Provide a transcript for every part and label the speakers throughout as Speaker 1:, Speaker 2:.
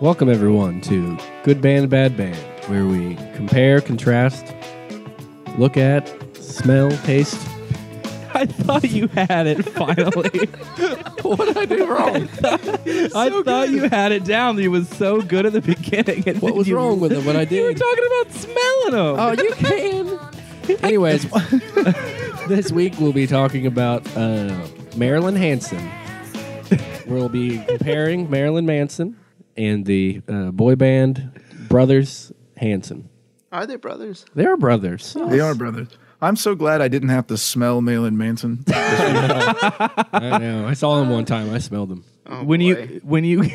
Speaker 1: Welcome, everyone, to Good Band, Bad Band, where we compare, contrast, look at, smell, taste.
Speaker 2: I thought you had it finally.
Speaker 1: What did I do wrong?
Speaker 2: I thought you had it down. You was so good at the beginning. and
Speaker 1: What
Speaker 2: then
Speaker 1: was
Speaker 2: you-
Speaker 1: wrong with it when I
Speaker 2: You were
Speaker 1: did?
Speaker 2: talking about smelling them.
Speaker 1: Oh, you can. Anyways, this week we'll be talking about uh, Marilyn Manson. We'll be comparing Marilyn Manson and the uh, boy band Brothers Hanson.
Speaker 3: Are they brothers?
Speaker 1: They are brothers.
Speaker 4: They are brothers. I'm so glad I didn't have to smell Malin Manson.
Speaker 1: I know. I saw them one time. I smelled them.
Speaker 3: Oh,
Speaker 2: Uh, when
Speaker 3: boy.
Speaker 2: you when you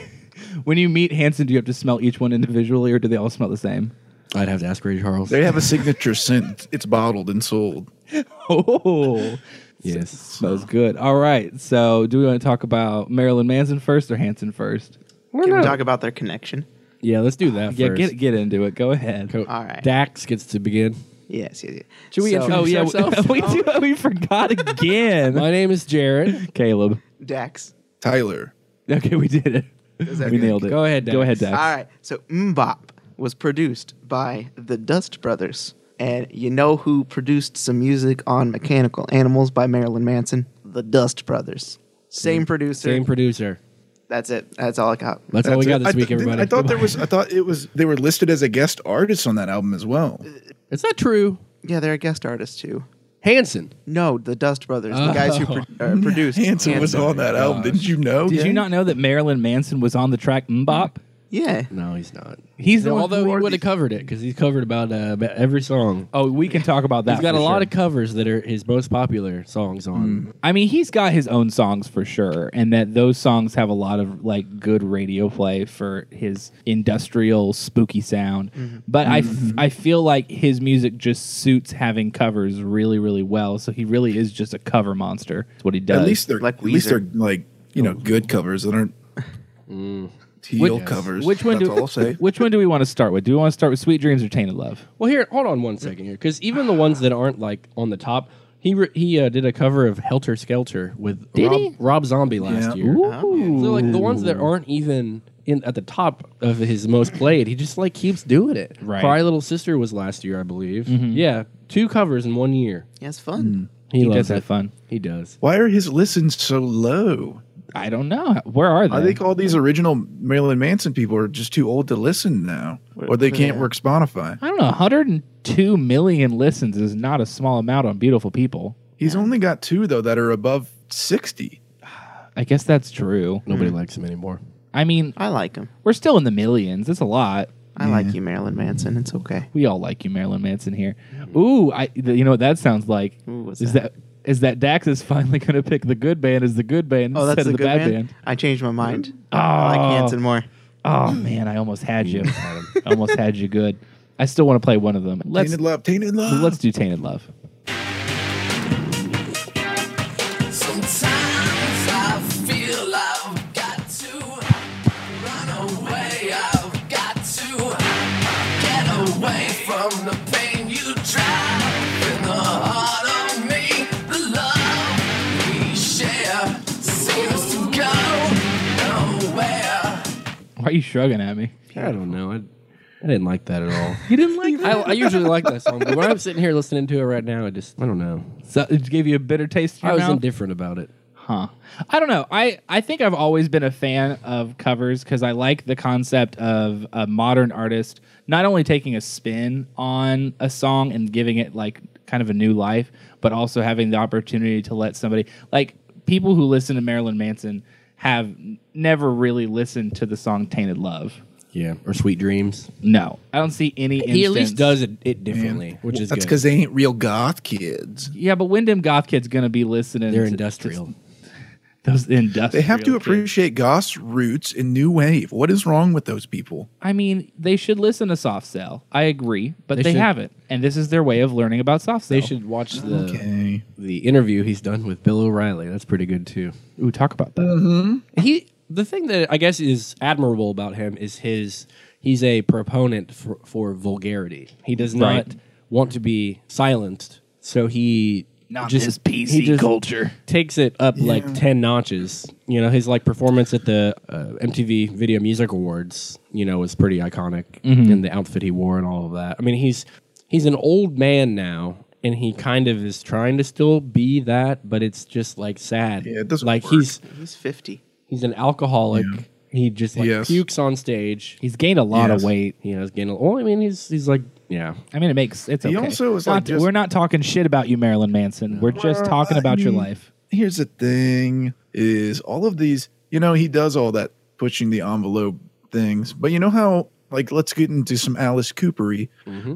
Speaker 2: when you meet Hanson, do you have to smell each one individually, or do they all smell the same?
Speaker 1: I'd have to ask Ray Charles.
Speaker 4: they have a signature scent. It's bottled and sold.
Speaker 2: Oh,
Speaker 1: Yes.
Speaker 2: smells good. All right. So, do we want to talk about Marilyn Manson first or Hanson first?
Speaker 3: Can we talk about their connection?
Speaker 1: Yeah, let's do that
Speaker 2: Ah, Yeah,
Speaker 1: first.
Speaker 2: get get into it. Go ahead.
Speaker 1: Co-
Speaker 3: All right.
Speaker 1: Dax gets to begin.
Speaker 3: Yes, yes, yes.
Speaker 1: Should we
Speaker 3: So-
Speaker 1: introduce
Speaker 2: Oh yeah,
Speaker 1: ourselves?
Speaker 2: we, we, do, we forgot again.
Speaker 1: My name is Jared.
Speaker 2: Caleb.
Speaker 3: Dax.
Speaker 4: Tyler.
Speaker 2: Okay, we did it.
Speaker 3: that
Speaker 2: we
Speaker 3: good?
Speaker 2: nailed it.
Speaker 1: Go ahead, Dax.
Speaker 2: Go ahead, Dax.
Speaker 3: All right. So Mbop was produced by the Dust Brothers. And you know who produced some music on Mechanical Animals by Marilyn Manson? The Dust Brothers. Same producer.
Speaker 1: Same producer.
Speaker 3: That's it. That's all I got.
Speaker 1: That's, all we got this
Speaker 4: I th-
Speaker 1: week,
Speaker 4: didn't-
Speaker 1: everybody.
Speaker 4: I thought there was. I thought it was. They were listed as a guest artist on that album as well.
Speaker 3: Uh,
Speaker 1: It's not true.
Speaker 3: Yeah, they're a guest artist too.
Speaker 1: Hanson.
Speaker 3: No, the Dust Brothers, the guys who pro- uh, produced.
Speaker 4: Hanson was on that album. Didn't you know?
Speaker 2: Oh, Did you not know that Marilyn Manson was on the track Mbop?
Speaker 3: Yeah.
Speaker 1: No, he's not.
Speaker 2: He's the one
Speaker 1: although
Speaker 2: who
Speaker 1: he
Speaker 2: wrote
Speaker 1: would
Speaker 2: the-
Speaker 1: have covered it because he's covered about uh, about every song.
Speaker 2: Oh, we can talk about that.
Speaker 1: He's got
Speaker 2: for
Speaker 1: a lot
Speaker 2: sure. Hmm.
Speaker 1: of covers that are his most popular songs on.
Speaker 2: I mean, he's got his own songs for sure, and that those songs have a lot of like good radio play for his industrial spooky sound.
Speaker 1: Mm-hmm.
Speaker 2: But I, f- I feel like his music just suits having covers really really well. So he really is just a cover monster. That's what he does.
Speaker 4: At least they're
Speaker 3: Like
Speaker 4: at least
Speaker 3: Weezer. Mm.
Speaker 4: they're like you know good covers that aren't teal
Speaker 2: Oh. Which-
Speaker 4: covers.
Speaker 2: Which one
Speaker 4: That's
Speaker 2: do
Speaker 4: all I'll say.
Speaker 2: Which one do we want to start with? Do we want to start with Sweet Dreams or Tainted Love?
Speaker 1: Well, here, hold on one second here, because even the ones that aren't like on the top, he re- he uh, did a cover of Helter Skelter with
Speaker 2: Did
Speaker 1: Rob,
Speaker 2: he?
Speaker 1: Rob Zombie last year.
Speaker 2: Ooh.
Speaker 1: So like the ones that aren't even in at the top of his most played, he just like keeps doing it.
Speaker 2: Right.
Speaker 1: Cry Little Sister was last year, I believe. Yeah, two covers in one year.
Speaker 3: Yeah, it's fun.
Speaker 1: Mm-hmm. He,
Speaker 2: he
Speaker 1: loves
Speaker 2: does
Speaker 1: it.
Speaker 2: have fun.
Speaker 1: He does.
Speaker 4: Why are his listens so low?
Speaker 2: I don't know. Where are they?
Speaker 4: I think all these original Marilyn Manson people are just too old to listen now, or they can't work Spotify.
Speaker 2: I don't know. 102 million listens is not a small amount on beautiful people.
Speaker 4: He's only got two though that are above sixty.
Speaker 2: I guess that's true.
Speaker 1: Nobody likes him anymore.
Speaker 2: I mean,
Speaker 3: I like him.
Speaker 2: we're still in the millions. That's a lot.
Speaker 3: I like you, Marilyn Manson. It's okay.
Speaker 2: We all like you, Marilyn Manson here. Ooh, I. th- You know what that sounds like?
Speaker 3: Ooh, what's
Speaker 2: is
Speaker 3: that?
Speaker 2: that is that Dax is finally going to pick the good band as the good band
Speaker 3: Oh, that's
Speaker 2: instead
Speaker 3: a
Speaker 2: of the
Speaker 3: good
Speaker 2: bad
Speaker 3: man.
Speaker 2: band?
Speaker 3: I changed my mind.
Speaker 2: Oh,
Speaker 3: I like Hanson more.
Speaker 2: oh man, I almost had you. I almost had you good. I still want to play one of them. Let's
Speaker 4: Tainted love, tainted love.
Speaker 2: let's do Tainted Love.
Speaker 5: Sometimes I feel I've got to run away. I've got to get away from the pain you drive in the heart of me. The love we share seems to go nowhere.
Speaker 2: Why are you shrugging at me?
Speaker 1: I don't know. I, I didn't like that at all. You didn't like that? I, I usually like that song, but when I'm sitting here listening to it right now, I just I don't know.
Speaker 2: So it gave you a bitter taste in
Speaker 1: I
Speaker 2: your
Speaker 1: was
Speaker 2: mouth.
Speaker 1: indifferent about it.
Speaker 2: Huh. I don't know. I, I think I've always been a fan of covers because I like the concept of a modern artist not only taking a spin on a song and giving it like kind of a new life, but also having the opportunity to let somebody like people who listen to Marilyn Manson have n- never really listened to the song Tainted Love.
Speaker 1: Yeah, or Sweet Dreams.
Speaker 2: No, I don't see any.
Speaker 1: He at least
Speaker 2: instance-
Speaker 1: does it, it differently, which is
Speaker 4: That's
Speaker 1: good.
Speaker 4: because they ain't real goth kids.
Speaker 2: Yeah, but Wyndham Goth Kid's gonna be listening.
Speaker 1: They're
Speaker 2: to-
Speaker 1: industrial.
Speaker 2: to those industrial.
Speaker 4: They have to
Speaker 2: kids.
Speaker 4: appreciate goth's roots and new wave. What is wrong with those people?
Speaker 2: I mean, they should listen to soft sell. I agree, but
Speaker 1: They
Speaker 2: they,
Speaker 1: should.
Speaker 2: haven't, and this is their way of learning about soft sell.
Speaker 1: They should watch the
Speaker 4: Okay.
Speaker 1: the interview he's done with Bill O'Reilly. That's pretty good too.
Speaker 2: Ooh, talk about that.
Speaker 1: he the thing that I guess is admirable about him is his he's a proponent for, for vulgarity. He does
Speaker 2: Right.
Speaker 1: not want to be silenced, so he
Speaker 2: Not
Speaker 1: just-
Speaker 2: this PC
Speaker 1: he just-
Speaker 2: culture.
Speaker 1: takes it up like 10 notches. You know, his like performance at the uh, MTV Video Music Awards, you know, was pretty iconic
Speaker 4: Mm-hmm.
Speaker 1: and the outfit he wore and all of that. I mean, he's he's an old man now and he kind of is trying to still be that, but it's just like sad.
Speaker 4: Yeah, it doesn't
Speaker 1: like
Speaker 4: work.
Speaker 1: he's
Speaker 3: He's 50.
Speaker 1: he's an alcoholic. He just like
Speaker 4: Yes.
Speaker 1: pukes on stage.
Speaker 2: He's gained a lot
Speaker 4: Yes.
Speaker 2: of weight.
Speaker 1: You know, he's getting well, I mean, he's he's like yeah.
Speaker 2: I mean, it makes it's
Speaker 4: He
Speaker 2: okay.
Speaker 4: also is,
Speaker 2: Not-
Speaker 4: like, just-
Speaker 2: we're not talking shit about you, Marilyn Manson. We're just
Speaker 4: Well,
Speaker 2: talking
Speaker 4: I
Speaker 2: about your
Speaker 4: mean-
Speaker 2: life.
Speaker 4: Here's the thing: is all of these, you know, he does all that pushing the envelope things, but you know how, like, let's get into some Alice Coopery.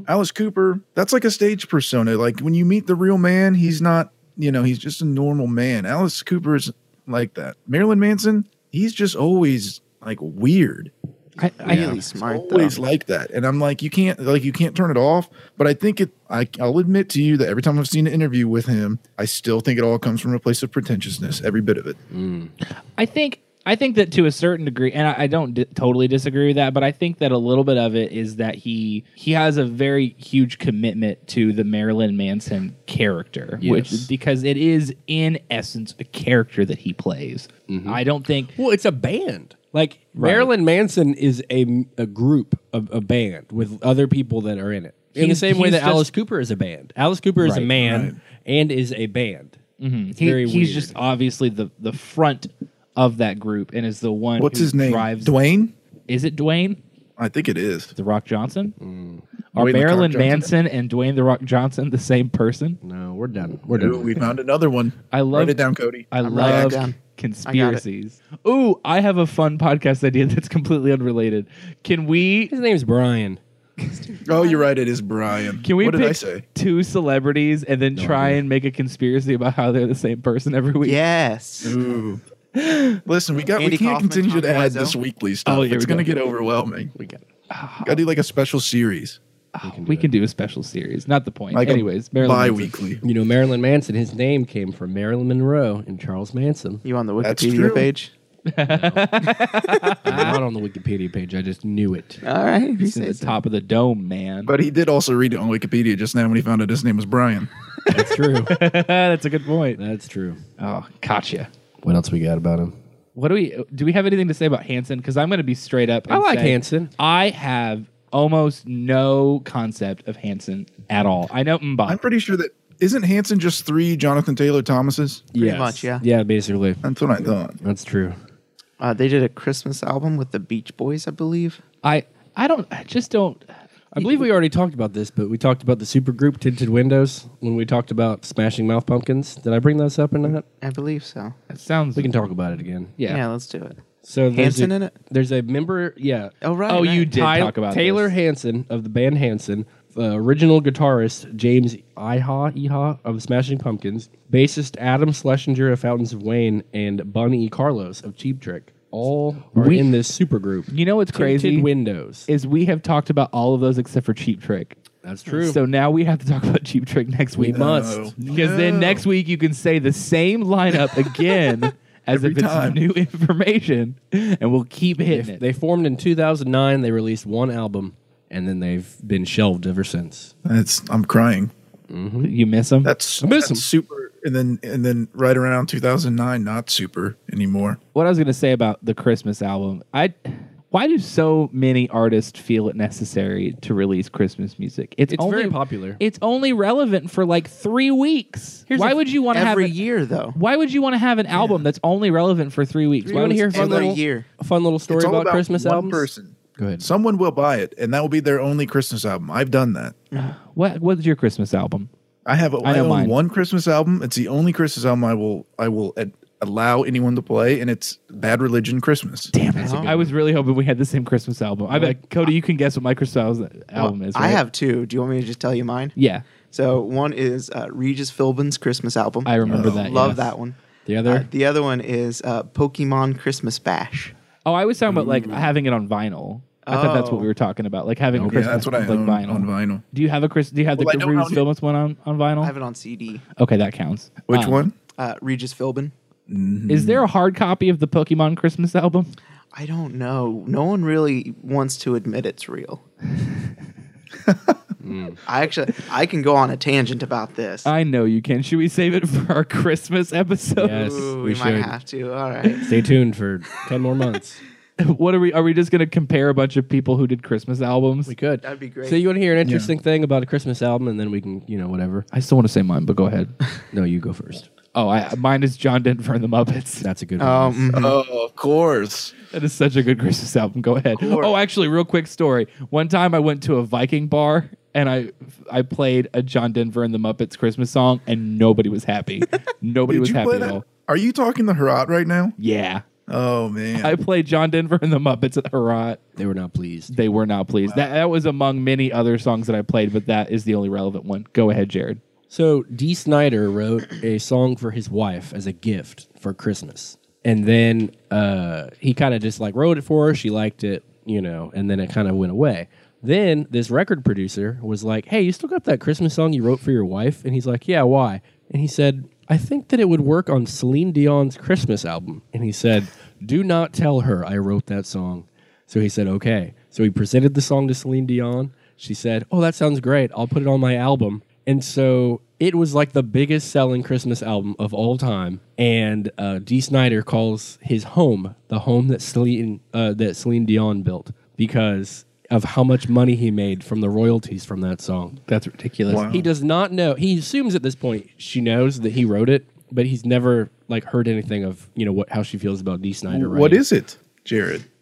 Speaker 4: Alice Cooper, that's like a stage persona. Like when you meet the real man, he's not, you know, he's just a normal man. Alice Cooper is like that. Marilyn Manson, he's just always like weird.
Speaker 2: I, I,
Speaker 3: Really smart, though.
Speaker 4: always like that and i'm like you can't like you can't turn it off but i think it I, i'll admit to you that every time i've seen an interview with him i still think it all comes from a place of pretentiousness every bit of it
Speaker 2: I think I think that to a certain degree, and I, I don't di- totally disagree with that, but I think that a little bit of it is that he he has a very huge commitment to the Marilyn Manson character,
Speaker 1: Yes.
Speaker 2: which because it is in essence a character that he plays. I don't think
Speaker 1: Well, it's a band. Like Marilyn Manson is a, a group of a band with other people that are in it. In the
Speaker 2: He's-
Speaker 1: same way
Speaker 2: he's
Speaker 1: that
Speaker 2: just-
Speaker 1: Alice Cooper is a band. Alice Cooper is a
Speaker 2: Right,
Speaker 1: man and is a band. It's
Speaker 2: he,
Speaker 1: very
Speaker 2: he's
Speaker 1: weird.
Speaker 2: just obviously the the front of that group and is the one.
Speaker 4: what's
Speaker 2: who
Speaker 4: his name
Speaker 2: Drives,
Speaker 4: dwayne
Speaker 2: Is it Dwayne?
Speaker 4: i think it is
Speaker 2: The Rock Johnson? Are
Speaker 4: Dwayne The Rock
Speaker 2: Marilyn
Speaker 4: Johnson.
Speaker 2: Manson and Dwayne The Rock Johnson the same person?
Speaker 1: no. We're done. We're
Speaker 4: Ooh,
Speaker 1: done.
Speaker 4: we found another one
Speaker 2: I love-
Speaker 4: write it down cody
Speaker 2: I
Speaker 3: writing that
Speaker 2: love
Speaker 3: down.
Speaker 2: conspiracies. Ooh, I have a fun podcast idea that's completely unrelated. Can we
Speaker 1: His name's Brian.
Speaker 4: oh you're right it is brian
Speaker 2: can we
Speaker 4: what
Speaker 2: pick
Speaker 4: did i say
Speaker 2: two celebrities and then try and make a conspiracy about how they're the same person every week? Mm-hmm.
Speaker 3: Yes.
Speaker 4: Ooh. listen we got
Speaker 3: Andy
Speaker 4: we can't
Speaker 3: Kaufman,
Speaker 4: continue to
Speaker 3: Tommy
Speaker 4: add
Speaker 3: Wiseau.
Speaker 4: this weekly stuff
Speaker 2: Oh, here
Speaker 4: it's
Speaker 2: we go.
Speaker 4: gonna get overwhelming
Speaker 1: We got it.
Speaker 4: gotta do like a special series
Speaker 2: Oh, we can do a special series. Not the point.
Speaker 4: like a
Speaker 2: Anyways, Marilyn Manson.
Speaker 4: bi-weekly
Speaker 1: You know, Marilyn Manson, his name came from Marilyn Monroe and Charles Manson.
Speaker 3: You on the
Speaker 4: That's
Speaker 3: Wikipedia
Speaker 4: true.
Speaker 3: page?
Speaker 1: I'm not on the Wikipedia page. I just knew it.
Speaker 3: All right. if you
Speaker 2: It's in
Speaker 3: say
Speaker 2: the
Speaker 3: so.
Speaker 2: top of the dome, man.
Speaker 4: but he did also read it on wikipedia just now when he found out his name was brian
Speaker 1: That's true.
Speaker 2: that's a good point.
Speaker 1: That's true.
Speaker 2: Oh, gotcha.
Speaker 1: What else we got about him?
Speaker 2: What do we do? We have anything to say about Hanson? Because I'm going to be straight up. and
Speaker 1: I like
Speaker 2: say,
Speaker 1: Hanson.
Speaker 2: I have almost no concept of Hanson at all. I know mm, Mbop.
Speaker 4: I'm pretty sure that isn't Hanson just three Jonathan Taylor Thomases.
Speaker 1: Yes.
Speaker 3: much, yeah.
Speaker 1: Yeah, basically.
Speaker 4: That's what I thought.
Speaker 1: That's true.
Speaker 3: Uh, they did a Christmas album with the Beach Boys, I believe.
Speaker 2: I I don't. I just don't.
Speaker 1: I believe we already talked about this, but we talked about the supergroup Tinted Windows when we talked about Smashing Mouth Pumpkins. Did I bring those up or not?
Speaker 3: I believe so.
Speaker 2: It sounds.
Speaker 1: We can talk about it again.
Speaker 2: yeah.
Speaker 3: Yeah, let's do it.
Speaker 1: So there's
Speaker 3: Hanson
Speaker 1: a,
Speaker 3: in it?
Speaker 1: There's a member. Yeah.
Speaker 3: Oh, right.
Speaker 2: Oh,
Speaker 3: right.
Speaker 2: you did
Speaker 1: Ty-
Speaker 2: talk about
Speaker 1: Taylor
Speaker 2: This.
Speaker 1: Hanson of the band Hanson, uh, original guitarist James Iha Iha of Smashing Pumpkins, bassist Adam Schlesinger of Fountains of Wayne, and Bonnie E. Carlos of Cheap Trick. All are
Speaker 2: We-
Speaker 1: in this supergroup.
Speaker 2: You know what's crazy?
Speaker 1: Tinted Windows.
Speaker 2: is we have talked about all of those except for Cheap Trick.
Speaker 1: That's true.
Speaker 2: So now we have to talk about Cheap Trick next
Speaker 1: we
Speaker 2: week.
Speaker 1: must.
Speaker 2: Because then next week you can say the same lineup again as
Speaker 4: Every
Speaker 2: if it's
Speaker 4: time.
Speaker 2: new information, and we'll keep hitting
Speaker 1: They,
Speaker 2: it.
Speaker 1: they formed in 2009. They released one album, and then they've been shelved ever since.
Speaker 4: That's I'm crying.
Speaker 2: you miss them.
Speaker 4: That's,
Speaker 1: I miss
Speaker 4: that's
Speaker 1: him.
Speaker 4: super. And then and then right around 2009, not super anymore.
Speaker 2: what I was gonna say about the Christmas album. I why do so many artists feel it necessary to release Christmas music?
Speaker 1: It's very popular.
Speaker 2: It's only relevant for like three weeks.
Speaker 1: Here's
Speaker 2: why
Speaker 1: the-
Speaker 2: would you want to have
Speaker 3: Every
Speaker 2: an-
Speaker 3: year, though.
Speaker 2: Why would you want to have an album that's only relevant for three weeks?
Speaker 1: You want to hear a fun
Speaker 3: every
Speaker 1: little
Speaker 3: year.
Speaker 1: a fun little story
Speaker 4: It's all
Speaker 1: about, Christmas
Speaker 4: one
Speaker 1: albums?
Speaker 4: person.
Speaker 1: Go ahead.
Speaker 4: Someone will buy it, and that will be their only Christmas album. I've done that.
Speaker 2: What What's your Christmas album?
Speaker 4: I have. A, I,
Speaker 2: know
Speaker 4: own
Speaker 2: mine.
Speaker 4: one Christmas album. It's the only Christmas album I will I will ad- allow anyone to play, and it's Bad Religion Christmas.
Speaker 2: Damn it! I was really hoping we had the same Christmas album. I bet Cody, you can guess what my Christmas album is.
Speaker 3: I
Speaker 2: right?
Speaker 3: have two. Do you want me to just tell you mine?
Speaker 2: Yeah,
Speaker 3: So one is uh, Regis Philbin's Christmas album.
Speaker 2: I remember that.
Speaker 3: love
Speaker 2: yes.
Speaker 3: that one.
Speaker 1: The other?
Speaker 3: Uh, the other one is uh, Pokemon Christmas Bash.
Speaker 2: Oh, I was talking about like having it on vinyl. I thought that's what we were talking about, like having a
Speaker 4: Yeah,
Speaker 2: Christmas
Speaker 4: that's what I
Speaker 2: like
Speaker 4: own
Speaker 2: vinyl.
Speaker 4: on vinyl.
Speaker 2: Do you have a Chris? Do you have
Speaker 4: Well, I
Speaker 2: the
Speaker 4: know
Speaker 2: Rubens
Speaker 4: how-
Speaker 2: Phillips one on, on vinyl?
Speaker 3: I have it on CD.
Speaker 2: okay, that counts.
Speaker 4: Which
Speaker 2: Um,
Speaker 4: one?
Speaker 3: Uh, Regis Philbin.
Speaker 2: Is there a hard copy of the Pokemon Christmas album?
Speaker 3: I don't know. No one really wants to admit it's real. I actually I can go on a tangent about this.
Speaker 4: Uh,
Speaker 2: I know you can. Should we save it for our Christmas episode?
Speaker 1: Yes.
Speaker 3: Ooh,
Speaker 1: we
Speaker 3: we, might
Speaker 1: should.
Speaker 3: have to. All right.
Speaker 1: Stay tuned for 10 more months.
Speaker 2: What are we? Are we just going to compare a bunch of people who did Christmas albums?
Speaker 1: We could.
Speaker 3: That'd be great.
Speaker 1: So you want to hear an interesting thing about a Christmas album, and then we can, you know, whatever.
Speaker 2: I still want to say mine, but go ahead.
Speaker 1: No, you go first.
Speaker 2: oh, I, mine is John Denver and the Muppets.
Speaker 1: That's a good one.
Speaker 3: Um, mhm.
Speaker 4: Oh, of course.
Speaker 2: That is such a good Christmas album. Go ahead. Oh, actually, real quick story. One time I went to a Viking bar and I I played a John Denver and the Muppets Christmas song and nobody was happy. nobody was happy at all.
Speaker 4: Are you talking the Herat right now?
Speaker 2: Yeah.
Speaker 4: Oh man.
Speaker 2: I played John Denver and the Muppets at Herat.
Speaker 1: they were not pleased.
Speaker 2: They were not pleased. That, that was among many other songs that I played, but that is the only relevant one. Go ahead, Jared.
Speaker 1: So D. Snyder wrote a song for his wife as a gift for Christmas, and then uh, he kind of just like wrote it for her. She liked it, you know, and then it kind of went away. Then this record producer was like, "Hey, you still got that Christmas song you wrote for your wife?" And he's like, "Yeah, why?" And he said, "I think that it would work on Celine Dion's Christmas album." And he said, "Do not tell her I wrote that song." So he said, okay. So he presented the song to Celine Dion. She said, oh, that sounds great. I'll put it on my album. And so it was like the biggest selling Christmas album of all time. And uh, D. Snyder calls his home the home that Celine, uh, that Celine Dion built because of how much money he made from the royalties from that song.
Speaker 2: That's ridiculous.
Speaker 4: Wow.
Speaker 1: He does not know. He assumes at this point she knows that he wrote it, but he's never like heard anything of you know what how she feels about D. Snyder.
Speaker 4: What
Speaker 1: writing.
Speaker 4: is it, Jared?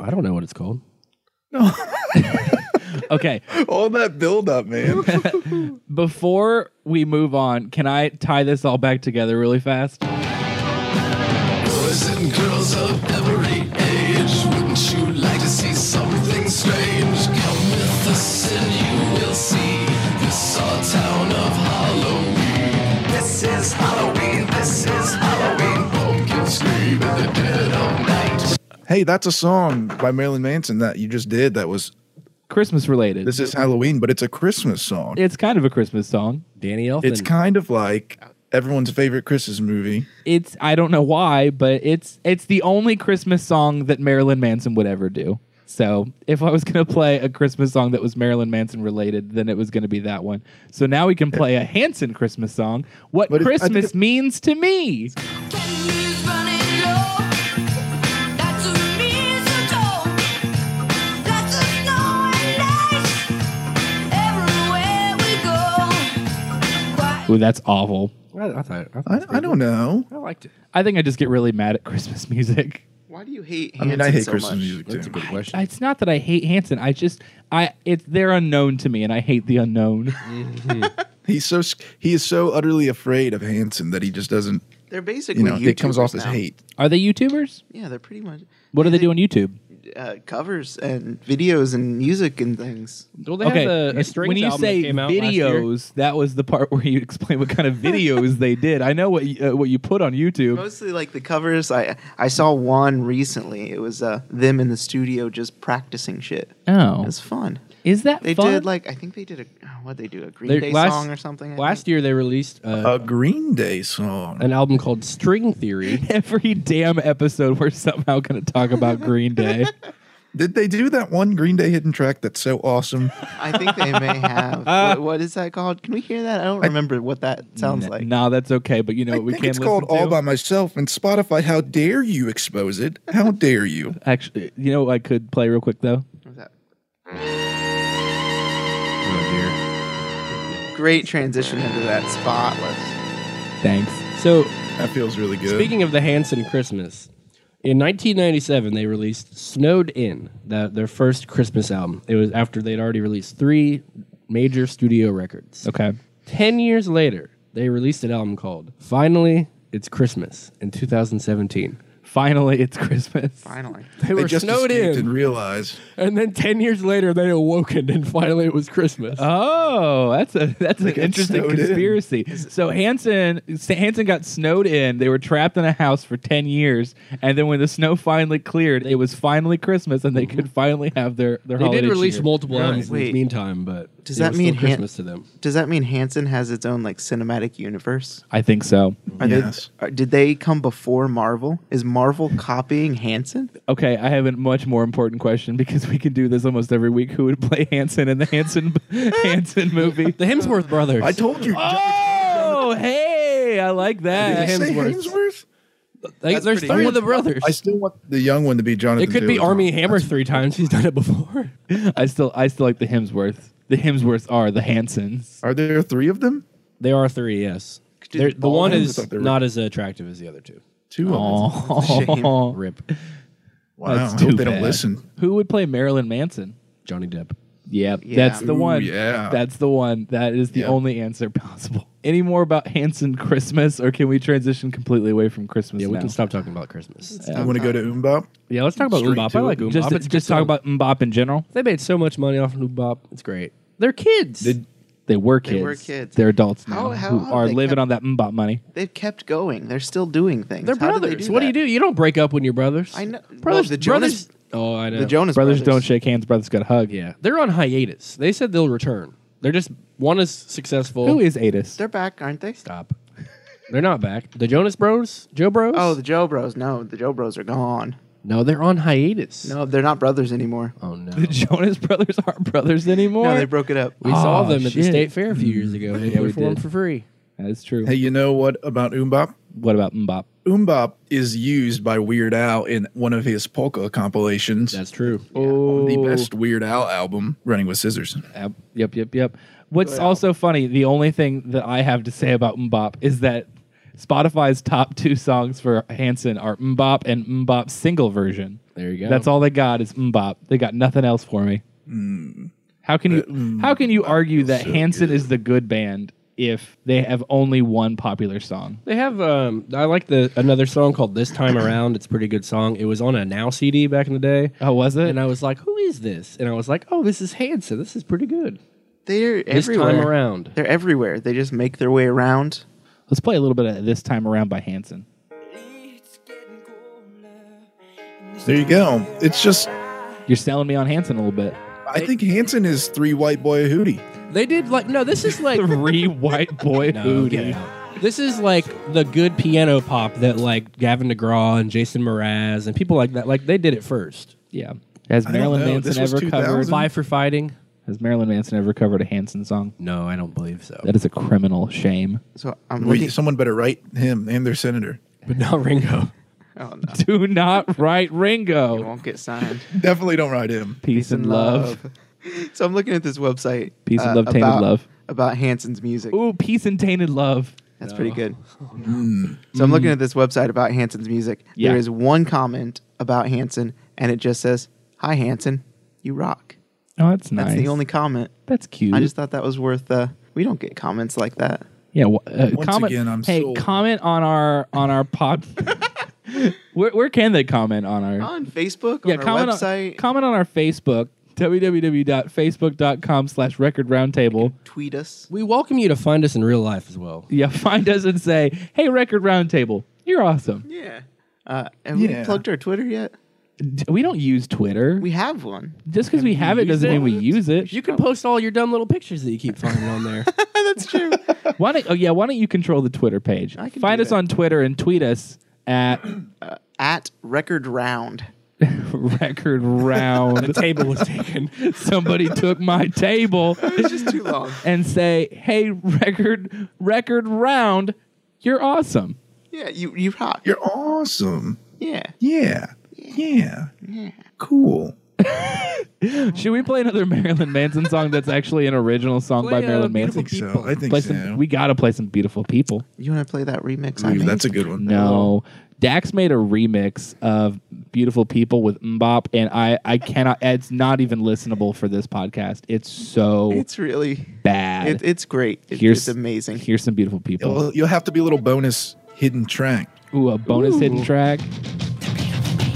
Speaker 1: I don't know what it's called.
Speaker 2: Okay.
Speaker 4: All that build up, man.
Speaker 2: Before we move on, can I tie this all back together really fast?
Speaker 5: Boys and girls of every age, wouldn't you like to see something strange? Come with us and you will see this our town of Halloween. This is Halloween, this is Halloween. Pumpkins scream in the dead of night.
Speaker 4: hey, that's a song by Marilyn Manson that you just did. That was
Speaker 2: Christmas related.
Speaker 4: this is Halloween, but it's a Christmas song.
Speaker 2: it's kind of a Christmas song.
Speaker 1: Danny Elfman.
Speaker 4: It's kind of like everyone's favorite Christmas movie.
Speaker 2: It's I don't know why, but it's it's the only Christmas song that Marilyn Manson would ever do. So if I was gonna play a Christmas song that was Marilyn Manson related, then it was gonna be that one. So now we can play a Hanson Christmas song. What
Speaker 4: But it- I think
Speaker 2: Christmas
Speaker 4: it-
Speaker 2: means to me.
Speaker 6: Candy's running low. That's a mistletoe. Lots of snow and ice everywhere we go. Quiet
Speaker 2: Ooh, that's awful.
Speaker 1: I, I thought I, thought it was
Speaker 4: I,
Speaker 1: pretty
Speaker 4: I don't know.
Speaker 1: good. I liked it.
Speaker 2: I think I just get really mad at Christmas music.
Speaker 3: Why do you hate?
Speaker 4: I mean, I
Speaker 3: Hanson
Speaker 4: hate
Speaker 3: so
Speaker 4: Christmas
Speaker 3: much?
Speaker 4: music
Speaker 1: That's a
Speaker 4: too.
Speaker 1: good question.
Speaker 2: It's not that I hate Hanson. I just I it's they're unknown to me and I hate the unknown.
Speaker 4: He's so sc- he is so utterly afraid of Hanson that he just doesn't.
Speaker 3: They're basically
Speaker 4: You know, it comes
Speaker 3: YouTubers
Speaker 4: off as
Speaker 3: now.
Speaker 4: hate.
Speaker 2: Are they YouTubers?
Speaker 3: Yeah, they're pretty much.
Speaker 2: What do they
Speaker 3: they
Speaker 2: do on YouTube?
Speaker 3: Uh, covers and videos and music and things.
Speaker 1: well, they
Speaker 2: okay,
Speaker 1: have the, a strings
Speaker 2: when you
Speaker 1: album
Speaker 2: say
Speaker 1: that came out last year.
Speaker 2: videos, that was the part where you explain what kind of videos they did. I know what you, uh, what you put on YouTube.
Speaker 3: Mostly like the covers. I I saw one recently. It was uh, them in the studio just practicing shit. It
Speaker 2: Oh,
Speaker 3: was fun.
Speaker 2: is that
Speaker 3: They
Speaker 2: fun?
Speaker 3: did like I think they did a what they do a Green
Speaker 1: They-
Speaker 3: Day
Speaker 1: last-
Speaker 3: song or something. I think.
Speaker 1: last year they released uh,
Speaker 4: A Green Day song.
Speaker 1: an album called String Theory.
Speaker 2: every damn episode. We're somehow going to talk about Green Day.
Speaker 4: Did they do that one Green Day hidden track that's so awesome?
Speaker 3: I think they may have. what, what is that called? Can we hear that? I don't remember what that sounds like.
Speaker 2: nah, that's okay. But you know
Speaker 4: I
Speaker 2: what we
Speaker 4: think
Speaker 2: can
Speaker 4: it's called
Speaker 2: listen to?
Speaker 4: All by Myself and Spotify. How dare you expose it? How dare you?
Speaker 2: Actually, you know what I could play real quick though.
Speaker 3: What was that?
Speaker 4: Oh,
Speaker 3: Great transition into that spotless.
Speaker 2: Thanks.
Speaker 1: So
Speaker 4: That feels really good.
Speaker 1: speaking of the Hanson Christmas, in 1997 they released Snowed In, the, their first Christmas album. It was after they'd already released three major studio records.
Speaker 2: Okay.
Speaker 1: Ten years later, they released an album called Finally It's Christmas in 2017.
Speaker 2: Finally, it's Christmas.
Speaker 3: Finally,
Speaker 1: They,
Speaker 4: they
Speaker 1: were
Speaker 4: just
Speaker 1: snowed
Speaker 4: escaped
Speaker 1: in,
Speaker 4: and realized.
Speaker 1: and then ten years later they awoken, and finally it was Christmas.
Speaker 2: Oh, that's a that's an
Speaker 4: got
Speaker 2: interesting
Speaker 4: snowed in.
Speaker 2: conspiracy. So Hanson Hanson got snowed in. They were trapped in a house for ten years, and then when the snow finally cleared, it was finally Christmas, and they
Speaker 4: Mm-hmm.
Speaker 2: could finally have their their
Speaker 1: They
Speaker 2: holiday.
Speaker 1: did release
Speaker 2: cheer.
Speaker 1: multiple albums in
Speaker 3: Wait.
Speaker 1: the meantime, but
Speaker 3: Does
Speaker 1: it
Speaker 3: that
Speaker 1: was still
Speaker 3: mean Han-
Speaker 1: Christmas to them?
Speaker 3: does that mean Hanson has its own like cinematic universe?
Speaker 2: I think so.
Speaker 3: Are
Speaker 4: Yes.
Speaker 3: they? Are, did they come before Marvel? Is Marvel copying Hanson?
Speaker 2: Okay, I have a much more important question because we can do this almost every week. Who would play Hanson in the Hanson Hanson movie?
Speaker 1: The Hemsworth brothers.
Speaker 4: I told you.
Speaker 2: Oh, hey, I like
Speaker 4: Did I
Speaker 2: that.
Speaker 4: say
Speaker 1: Hemsworth.
Speaker 4: Hemsworth?
Speaker 1: They- there's three of the brothers.
Speaker 4: I still want the young one to be Jonathan.
Speaker 1: it could be
Speaker 4: Taylor.
Speaker 1: Army Hammer three times. He's done it before.
Speaker 2: I still, I still like the Hemsworth. The Hemsworths are the Hansons.
Speaker 4: Are there three of them?
Speaker 1: There are three. Yes,
Speaker 3: do
Speaker 1: There-
Speaker 3: the
Speaker 1: the one
Speaker 4: bald
Speaker 1: is
Speaker 4: ones up there.
Speaker 1: not as attractive as the other two.
Speaker 4: Two of them.
Speaker 2: Oh,
Speaker 1: Rip,
Speaker 4: Wow.
Speaker 2: that's
Speaker 4: I
Speaker 2: too
Speaker 4: hope they don't
Speaker 2: bad.
Speaker 4: listen.
Speaker 2: Who would play Marilyn Manson?
Speaker 1: Johnny Depp.
Speaker 2: Yep,
Speaker 3: Yeah.
Speaker 2: that's the
Speaker 4: Ooh,
Speaker 2: one.
Speaker 4: yeah.
Speaker 2: That's the one. That is the
Speaker 4: Yeah.
Speaker 2: only answer possible. Any more about Hanson Christmas, or can we transition completely away from Christmas?
Speaker 1: Yeah, we
Speaker 2: now?
Speaker 1: can stop talking about Christmas.
Speaker 4: I want to go to Umbop.
Speaker 1: Yeah, let's talk about
Speaker 4: Straight
Speaker 1: Umbop.
Speaker 4: to
Speaker 1: I
Speaker 4: it.
Speaker 1: like Umbop.
Speaker 2: Just,
Speaker 1: It's
Speaker 2: just
Speaker 1: good
Speaker 2: talk
Speaker 1: song.
Speaker 2: about Mbop in general.
Speaker 1: They made so much money off of Umbop. It's great. They're kids.
Speaker 4: Did
Speaker 2: They were kids.
Speaker 3: were kids.
Speaker 2: They're adults now
Speaker 3: How- how
Speaker 2: who
Speaker 3: have
Speaker 2: are
Speaker 3: they
Speaker 2: living
Speaker 3: kept-
Speaker 2: on that Mbop money.
Speaker 3: They've kept going. They're still doing things.
Speaker 1: They're
Speaker 3: How
Speaker 1: brothers.
Speaker 3: Do they do
Speaker 1: what do you do? You don't break up when you're brothers.
Speaker 3: I know- well,
Speaker 1: Brothers.
Speaker 3: the Jonas-
Speaker 1: brothers- oh, I know.
Speaker 3: The Jonas
Speaker 2: Brothers,
Speaker 3: Brothers,
Speaker 2: don't shake hands. Brothers got a hug.
Speaker 1: Yeah, they're on hiatus. They said they'll return. They're just one is successful.
Speaker 2: Who is Adis?
Speaker 3: They're back, aren't they?
Speaker 1: Stop. they're not back. The Jonas Bros, Joe Bros.
Speaker 3: Oh, the Joe Bros. No, the Joe Bros are gone.
Speaker 1: no, they're on hiatus.
Speaker 3: No, they're not brothers anymore.
Speaker 1: Oh no.
Speaker 2: the Jonas Brothers aren't brothers anymore.
Speaker 3: No, they broke it up.
Speaker 1: we saw
Speaker 2: Oh,
Speaker 1: them at
Speaker 2: shit. Mm-hmm.
Speaker 1: the state fair a few years ago.
Speaker 2: yeah, we
Speaker 1: we performed
Speaker 2: did.
Speaker 1: for free.
Speaker 2: That's true.
Speaker 4: hey, you know what about Umbop?
Speaker 2: What about Mbop?
Speaker 4: Umbop is used by Weird Al in one of his polka compilations.
Speaker 1: That's true.
Speaker 2: Oh,
Speaker 4: the best Weird Al album, Running with Scissors.
Speaker 2: Yep, yep, yep, yep. What's also funny, the only thing that I have to say about Mbop is that Spotify's top two songs for Hanson are Mbop and Mbop single version.
Speaker 1: There you go.
Speaker 2: That's all they got is Mbop. They got nothing else for me. How can you how can you argue that Hanson is the good band if they have only one popular song?
Speaker 1: They have um I like the another song called This Time Around. It's a pretty good song. It was on a Now CD back in the day.
Speaker 2: Oh, was it?
Speaker 1: And I was like, "Who is this?" And I was like, "Oh, this is Hanson. This is pretty good."
Speaker 3: They're
Speaker 1: This
Speaker 3: everywhere.
Speaker 1: time around.
Speaker 3: They're everywhere. They just make their way around.
Speaker 2: Let's play a little bit of This Time Around by Hanson.
Speaker 4: There you go. It's just,
Speaker 2: You're selling me on Hanson a little bit.
Speaker 4: I think Hanson is three white boy hootie.
Speaker 1: They did like no, this is like
Speaker 2: Three white boy
Speaker 1: No,
Speaker 2: hootie.
Speaker 1: get out. This is like the good piano pop that like Gavin DeGraw and Jason Mraz and people like that like they did it first.
Speaker 2: Yeah. Has
Speaker 4: don't
Speaker 2: Marilyn
Speaker 4: know.
Speaker 2: Manson
Speaker 4: This was
Speaker 2: ever covered
Speaker 4: 2000?
Speaker 1: Five for fighting?
Speaker 2: Has Marilyn Manson ever covered a Hanson song?
Speaker 1: No, I don't believe so.
Speaker 2: That is a criminal shame.
Speaker 3: So I'm
Speaker 4: Wait,
Speaker 3: looking.
Speaker 4: Someone better write him and their senator.
Speaker 1: But not Ringo.
Speaker 3: Oh no,
Speaker 2: Do not write
Speaker 3: it
Speaker 2: Ringo.
Speaker 3: won't get signed.
Speaker 4: Definitely don't write him.
Speaker 2: Peace and love.
Speaker 3: so I'm looking at this website. uh,
Speaker 2: Peace and love, tainted
Speaker 3: about,
Speaker 2: love.
Speaker 3: About Hanson's music.
Speaker 2: Ooh, Oh, peace and tainted love.
Speaker 3: That's pretty good. So I'm looking at this website about Hanson's music.
Speaker 2: Mm. Yeah.
Speaker 3: There is one comment about Hanson, and it just says, "Hi Hanson, you rock."
Speaker 2: Oh, that's nice.
Speaker 3: That's the only comment.
Speaker 2: That's cute.
Speaker 3: I just thought that was worth. Uh, we don't get comments like that.
Speaker 2: yeah. wh- uh,
Speaker 4: Once
Speaker 2: comment,
Speaker 4: again, I'm
Speaker 2: hey,
Speaker 4: sold.
Speaker 2: comment on our on our pod. where, where can they comment on our?
Speaker 3: On Facebook,
Speaker 2: yeah,
Speaker 3: on our
Speaker 2: comment on
Speaker 3: website,
Speaker 2: comment on our Facebook www.facebook.com slash record roundtable.
Speaker 3: tweet us.
Speaker 1: We welcome you to find us in real life as well.
Speaker 2: Yeah, find us and say, hey, record roundtable, you're awesome.
Speaker 3: Yeah. Uh, have we
Speaker 4: Yeah.
Speaker 3: plugged our Twitter yet?
Speaker 2: D- We don't use Twitter.
Speaker 3: We have one.
Speaker 2: Just because we have it doesn't mean we use it.
Speaker 1: You can post all your dumb little pictures that you keep finding on there.
Speaker 3: That's true.
Speaker 2: Why don't, oh yeah, why don't you control the Twitter page?
Speaker 3: I can
Speaker 2: Find
Speaker 3: do
Speaker 2: us
Speaker 3: that.
Speaker 2: on Twitter and tweet us at
Speaker 3: At record round.
Speaker 2: record round.
Speaker 1: Table was taken.
Speaker 2: Somebody took my table
Speaker 3: It's just too long.
Speaker 2: and say, "Hey, record record round, you're awesome."
Speaker 3: Yeah, you you rock.
Speaker 4: You're awesome.
Speaker 3: yeah.
Speaker 4: Yeah. Yeah. Yeah. Cool.
Speaker 2: Should we play another Marilyn Manson song that's actually an original song by
Speaker 1: Play, uh,
Speaker 2: Marilyn
Speaker 4: I
Speaker 2: Manson?
Speaker 4: think so.
Speaker 1: People.
Speaker 4: I think
Speaker 2: Play
Speaker 4: so.
Speaker 2: some, we gotta play some beautiful people.
Speaker 3: You want to play that remix? I
Speaker 4: Ooh,
Speaker 3: made?
Speaker 4: that's a good one.
Speaker 2: No. Dax made a remix of Beautiful People with Mbop, and I, I cannot, it's not even listenable for this podcast. It's so
Speaker 3: It's really.
Speaker 2: bad.
Speaker 3: It, it's great. It,
Speaker 2: Here's-
Speaker 3: it's amazing.
Speaker 2: Here's some beautiful people.
Speaker 4: You'll, you'll have to be a little bonus hidden track.
Speaker 2: Ooh, a bonus hidden track.
Speaker 5: The beautiful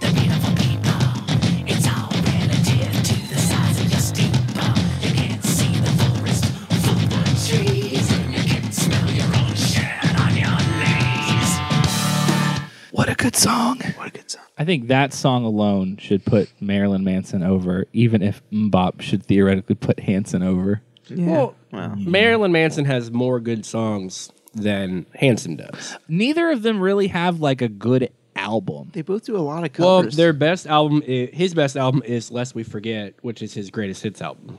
Speaker 5: people, the beautiful people. It's all relative to the size of your steeple. You can't see the forest for the trees, and you can smell your own shit on your knees.
Speaker 2: What a good song.
Speaker 3: What a good song.
Speaker 2: I think that song alone should put Marilyn Manson over, even if Mbop should theoretically put Hanson over.
Speaker 3: Yeah.
Speaker 1: Well,
Speaker 3: wow.
Speaker 1: Marilyn Manson has more good songs than Hanson does.
Speaker 2: Neither of them really have like a good album.
Speaker 3: They both do a lot of
Speaker 1: Well,
Speaker 3: covers.
Speaker 1: their best album, i his best album is "Lest We Forget," which is his greatest hits album.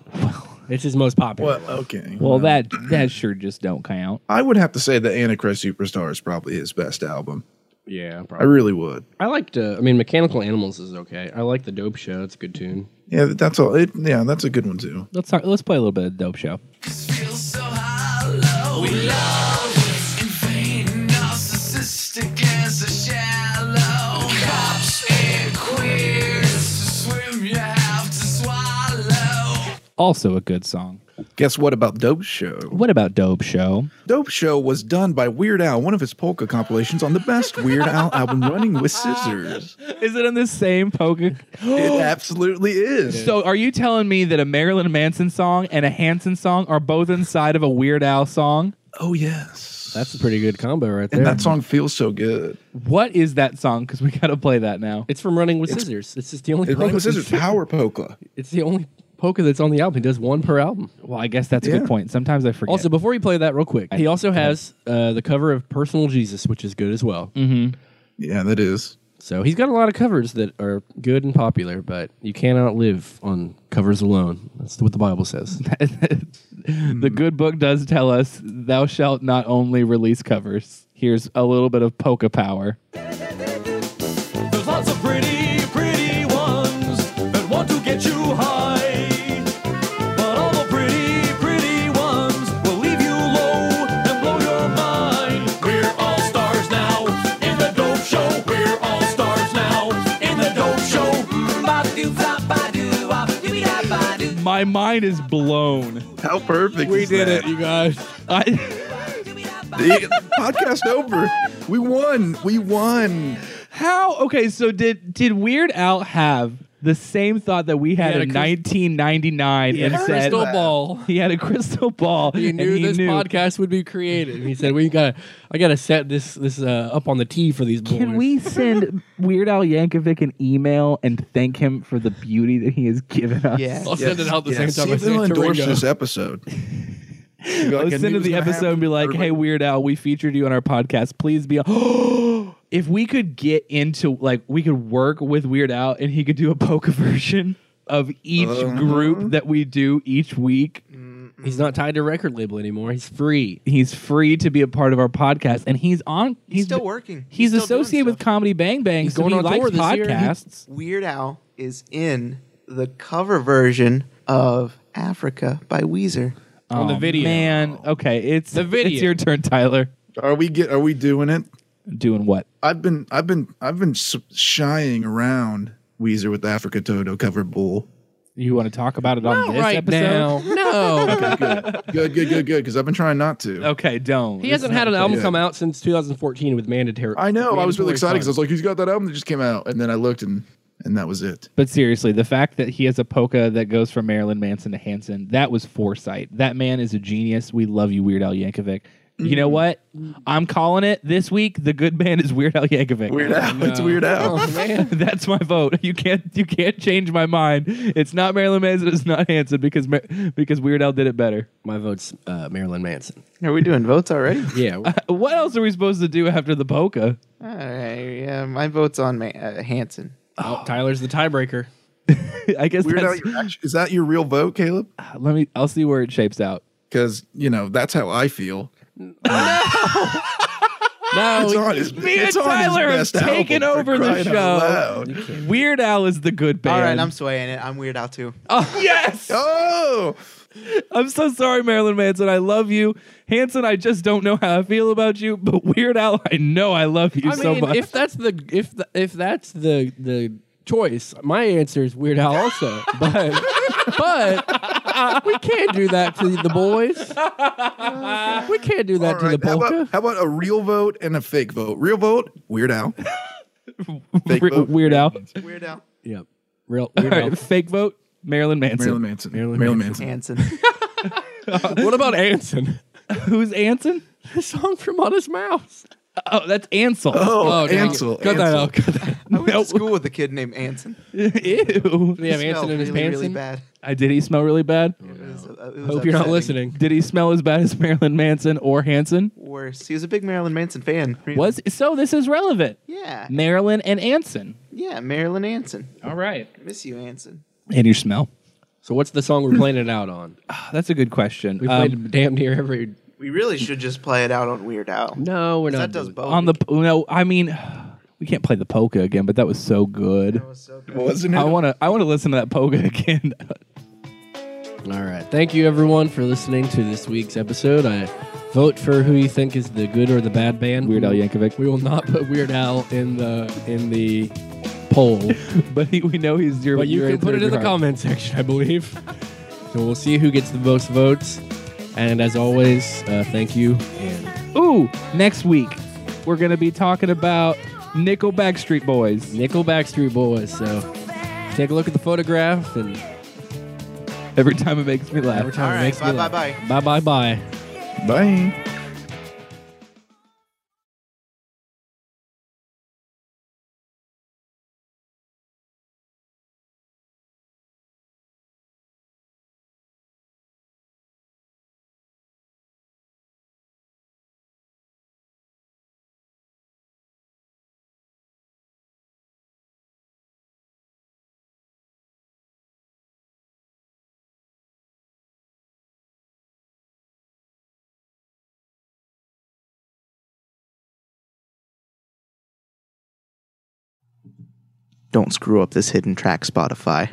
Speaker 1: it's his most popular.
Speaker 4: Well, okay.
Speaker 2: Well, that that sure just don't count.
Speaker 4: I would have to say that Antichrist Superstar is probably his best album.
Speaker 1: Yeah,
Speaker 4: I
Speaker 1: probably.
Speaker 4: really would.
Speaker 1: I liked. Uh, I mean, Mechanical Animals is okay. I like the Dope Show. It's a good tune.
Speaker 4: Yeah, that's all. It, yeah, that's a good one too.
Speaker 2: Let's talk, let's play a little bit of Dope Show.
Speaker 5: Feel so hollow. We love what's in vain. Narcissistic and so shallow. Cops and queers. To swim, you have to swallow.
Speaker 2: Also a good song.
Speaker 4: Guess what about Dope Show?
Speaker 2: What about Dope Show?
Speaker 4: Dope Show was done by Weird Al, one of his polka compilations on the best Weird Al album, Running with Scissors.
Speaker 2: Is it in the same polka?
Speaker 4: It absolutely is.
Speaker 2: so are you telling me that a Marilyn Manson song and a Hanson song are both inside of a Weird Al song?
Speaker 4: Oh yes,
Speaker 1: That's a pretty good combo right there.
Speaker 4: and that song feels so good.
Speaker 2: What is that song? Because we gotta play that now.
Speaker 1: it's from Running with Scissors. It's just the only.
Speaker 4: It's Running with
Speaker 1: polka-
Speaker 4: Scissors, power polka.
Speaker 1: It's the only polka that's on the album. He does one per album.
Speaker 2: Well, I guess that's a
Speaker 4: Yeah.
Speaker 2: good point. Sometimes I forget.
Speaker 1: Also, before you play that real quick, he also has uh, the cover of "Personal Jesus," which is good as well.
Speaker 4: Mm-hmm. Yeah, that is.
Speaker 1: So he's got a lot of covers that are good and popular, but you cannot live on covers alone. That's what the Bible says.
Speaker 2: the good book does tell us, "Thou shalt not only release covers." Here's a little bit of polka power.
Speaker 5: There's lots of pretty, pretty ones that want to get you high. But all the pretty, pretty ones will leave you low and blow your mind. We're all stars now in the dope show. We're all stars now in the dope show. Mm,
Speaker 2: My mind is blown.
Speaker 4: How perfect! We did it.
Speaker 1: you guys.
Speaker 2: I,
Speaker 4: Podcast over. We won. We won.
Speaker 2: how? Okay, so did did Weird Al have the same thought that we had,
Speaker 1: had
Speaker 2: in
Speaker 1: a crys-
Speaker 2: 1999 and
Speaker 4: a
Speaker 2: said
Speaker 1: Crystal ball.
Speaker 2: he had a crystal ball?
Speaker 1: He
Speaker 2: and
Speaker 1: knew
Speaker 2: he
Speaker 1: this
Speaker 2: knew-
Speaker 1: podcast would be created. And he said, "We got, to I got to set this this uh, up on the tee for these boys."
Speaker 2: Can we send Weird Al Yankovic an email and thank him for the beauty that he has given us?
Speaker 3: yeah.
Speaker 1: I'll send it out the
Speaker 4: Yeah,
Speaker 1: same
Speaker 4: see
Speaker 1: time I
Speaker 4: if they'll
Speaker 1: send it to
Speaker 4: endorse
Speaker 1: Ringo.
Speaker 4: this episode.
Speaker 2: I was sending the episode and be like, "Hey, Weird Al, we featured you on our podcast. Please be on." if we could get into like, we could work with Weird Al, and he could do a poker version of each
Speaker 1: Uh-huh.
Speaker 2: group that we do each week.
Speaker 1: He's not tied to a record label anymore. He's free.
Speaker 2: He's free to be a part of our podcast, and he's on. He's,
Speaker 3: still working.
Speaker 2: He's,
Speaker 3: He's still doing
Speaker 2: associated with
Speaker 3: stuff.
Speaker 2: Comedy Bang Bang.
Speaker 1: He's
Speaker 2: so
Speaker 1: going
Speaker 2: he
Speaker 1: on
Speaker 2: likes
Speaker 1: tour this year. He-
Speaker 2: podcasts.
Speaker 3: Weird Al is in the cover version of Africa by Weezer.
Speaker 1: On the
Speaker 2: Oh,
Speaker 1: video.
Speaker 2: man. Okay, it's
Speaker 1: The video.
Speaker 2: It's your turn, Tyler.
Speaker 4: "Are we get? Are we doing it?"
Speaker 2: Doing what?
Speaker 4: I've been, I've been, I've been s- shying around Weezer with Africa Toto cover bull.
Speaker 2: You want to talk about it on
Speaker 1: Not
Speaker 2: this
Speaker 1: right
Speaker 2: episode?
Speaker 1: now. No.
Speaker 4: Good, good, good, good. Because I've been trying not to.
Speaker 2: Okay, don't.
Speaker 1: he hasn't had an album
Speaker 4: Yeah.
Speaker 1: come out since 2014 with Mandatory.
Speaker 4: I know. I was really
Speaker 1: Mandatory
Speaker 4: excited
Speaker 1: Fun.
Speaker 4: because I was like, "He's got that album that just came out," and then I looked and and that was it.
Speaker 2: But seriously, the fact that he has a polka that goes from Marilyn Manson to Hanson, that was foresight. That man is a genius. We love you, Weird Al Yankovic. You know what?
Speaker 1: Mm-hmm.
Speaker 2: I'm calling it this week. The good man is Weird Al Yankovic.
Speaker 4: Weird out. It's weird out.
Speaker 1: Oh, man.
Speaker 2: That's my vote. You can't you can't change my mind. It's not Marilyn Manson. It's not Hanson because Mar- because Weird Al did it better.
Speaker 1: My vote's uh, Marilyn Manson.
Speaker 3: Are we doing votes already?
Speaker 1: Yeah.
Speaker 2: What else are we supposed to do after the polka?
Speaker 3: All right. Yeah, my vote's on Ma- uh, Hanson.
Speaker 1: Oh, Tyler's the tiebreaker.
Speaker 2: I guess
Speaker 4: Weird out.
Speaker 2: that's,
Speaker 4: Your act- is that your real vote, Caleb?
Speaker 2: let me. I'll see where it shapes out.
Speaker 4: Because you know that's how I feel.
Speaker 1: No,
Speaker 4: It's on his.
Speaker 2: Oh, Me and
Speaker 4: it's on his
Speaker 2: Tyler have
Speaker 4: best album,
Speaker 2: taken
Speaker 4: for
Speaker 2: over the
Speaker 4: crying
Speaker 2: show.
Speaker 4: out loud.
Speaker 2: Weird Al is the good band. Oh,
Speaker 3: All right, I'm swaying it. I'm Weird Al too.
Speaker 2: yes.
Speaker 4: Oh,
Speaker 2: I'm so sorry, Marilyn Manson. I love you. Hanson, I just don't know how I feel about you, but Weird Al, I know I love you
Speaker 1: I
Speaker 2: so
Speaker 1: mean,
Speaker 2: much.
Speaker 1: if that's the if the, if that's the the choice, my answer is Weird Al also. but but we can't do that to the boys. We can't do that
Speaker 4: All
Speaker 1: to the
Speaker 4: right, how,
Speaker 1: polka.
Speaker 4: about, how about a real vote and a fake vote? Real vote, Weird Al. fake
Speaker 2: Re-
Speaker 4: vote,
Speaker 2: Weird Al.
Speaker 3: Weird Al.
Speaker 1: Yep. Real Weird
Speaker 2: All
Speaker 1: Al.
Speaker 2: right, fake vote, Marilyn Manson.
Speaker 4: Marilyn Manson. Marilyn, Manson.
Speaker 3: Hanson.
Speaker 1: What about Anson?
Speaker 2: Who's Anson?
Speaker 1: The song from Honest Mouse.
Speaker 2: Oh, that's Ansel.
Speaker 4: Oh,
Speaker 1: dang it.
Speaker 4: Ansel.
Speaker 1: Cut that
Speaker 4: Ansel.
Speaker 1: out. Cut that.
Speaker 3: I went to school with a kid named Anson.
Speaker 2: Ew.
Speaker 1: We have Anson
Speaker 3: Smelled
Speaker 1: in his
Speaker 3: really,
Speaker 1: pants.
Speaker 3: really
Speaker 1: in?
Speaker 3: bad.
Speaker 2: I did he smell really bad?
Speaker 3: was, uh, it was
Speaker 1: Hope you're not
Speaker 3: upsetting.
Speaker 1: listening.
Speaker 2: Did he smell as bad as Marilyn Manson or Hanson?
Speaker 3: Worse. He was a big Marilyn Manson fan.
Speaker 2: Was so this is relevant.
Speaker 3: Yeah.
Speaker 2: Marilyn and Anson.
Speaker 3: Yeah, Marilyn Anson.
Speaker 2: All right.
Speaker 3: Miss you, Anson.
Speaker 2: And your smell.
Speaker 1: So what's the song we're playing it out on?
Speaker 2: Ah, that's a good question.
Speaker 1: We
Speaker 2: Um,
Speaker 1: played damn near every.
Speaker 3: We really should just play it out on Weird Al.
Speaker 1: No, we're not.
Speaker 3: that does
Speaker 1: doing-
Speaker 3: both.
Speaker 2: on the no, I mean, we can't play the polka again, but that was so good.
Speaker 3: That was so good.
Speaker 4: Wasn't it?
Speaker 2: I want to I want to listen to that polka again.
Speaker 1: All right. Thank you, everyone, for listening to this week's episode. I vote for who you think is the good or the bad band.
Speaker 2: Weird Al Yankovic.
Speaker 1: We will not put Weird Al in the in the poll,
Speaker 2: but he, we know he's your
Speaker 1: but you
Speaker 2: your
Speaker 1: can put it in the
Speaker 2: favorite.
Speaker 1: comment section, I believe. So we'll see who gets the most votes. And as always, uh, thank you. And
Speaker 2: Ooh, next week we're going to be talking about Nickelback Street Boys.
Speaker 1: Nickel Backstreet Boys. So take a look at the photograph and
Speaker 2: Every time it makes me laugh.
Speaker 1: every
Speaker 3: All
Speaker 1: time it
Speaker 3: right.
Speaker 1: makes
Speaker 3: Bye,
Speaker 1: me
Speaker 3: bye,
Speaker 1: laugh.
Speaker 3: bye.
Speaker 1: Bye bye bye.
Speaker 4: Bye.
Speaker 3: Don't screw up this hidden track, Spotify.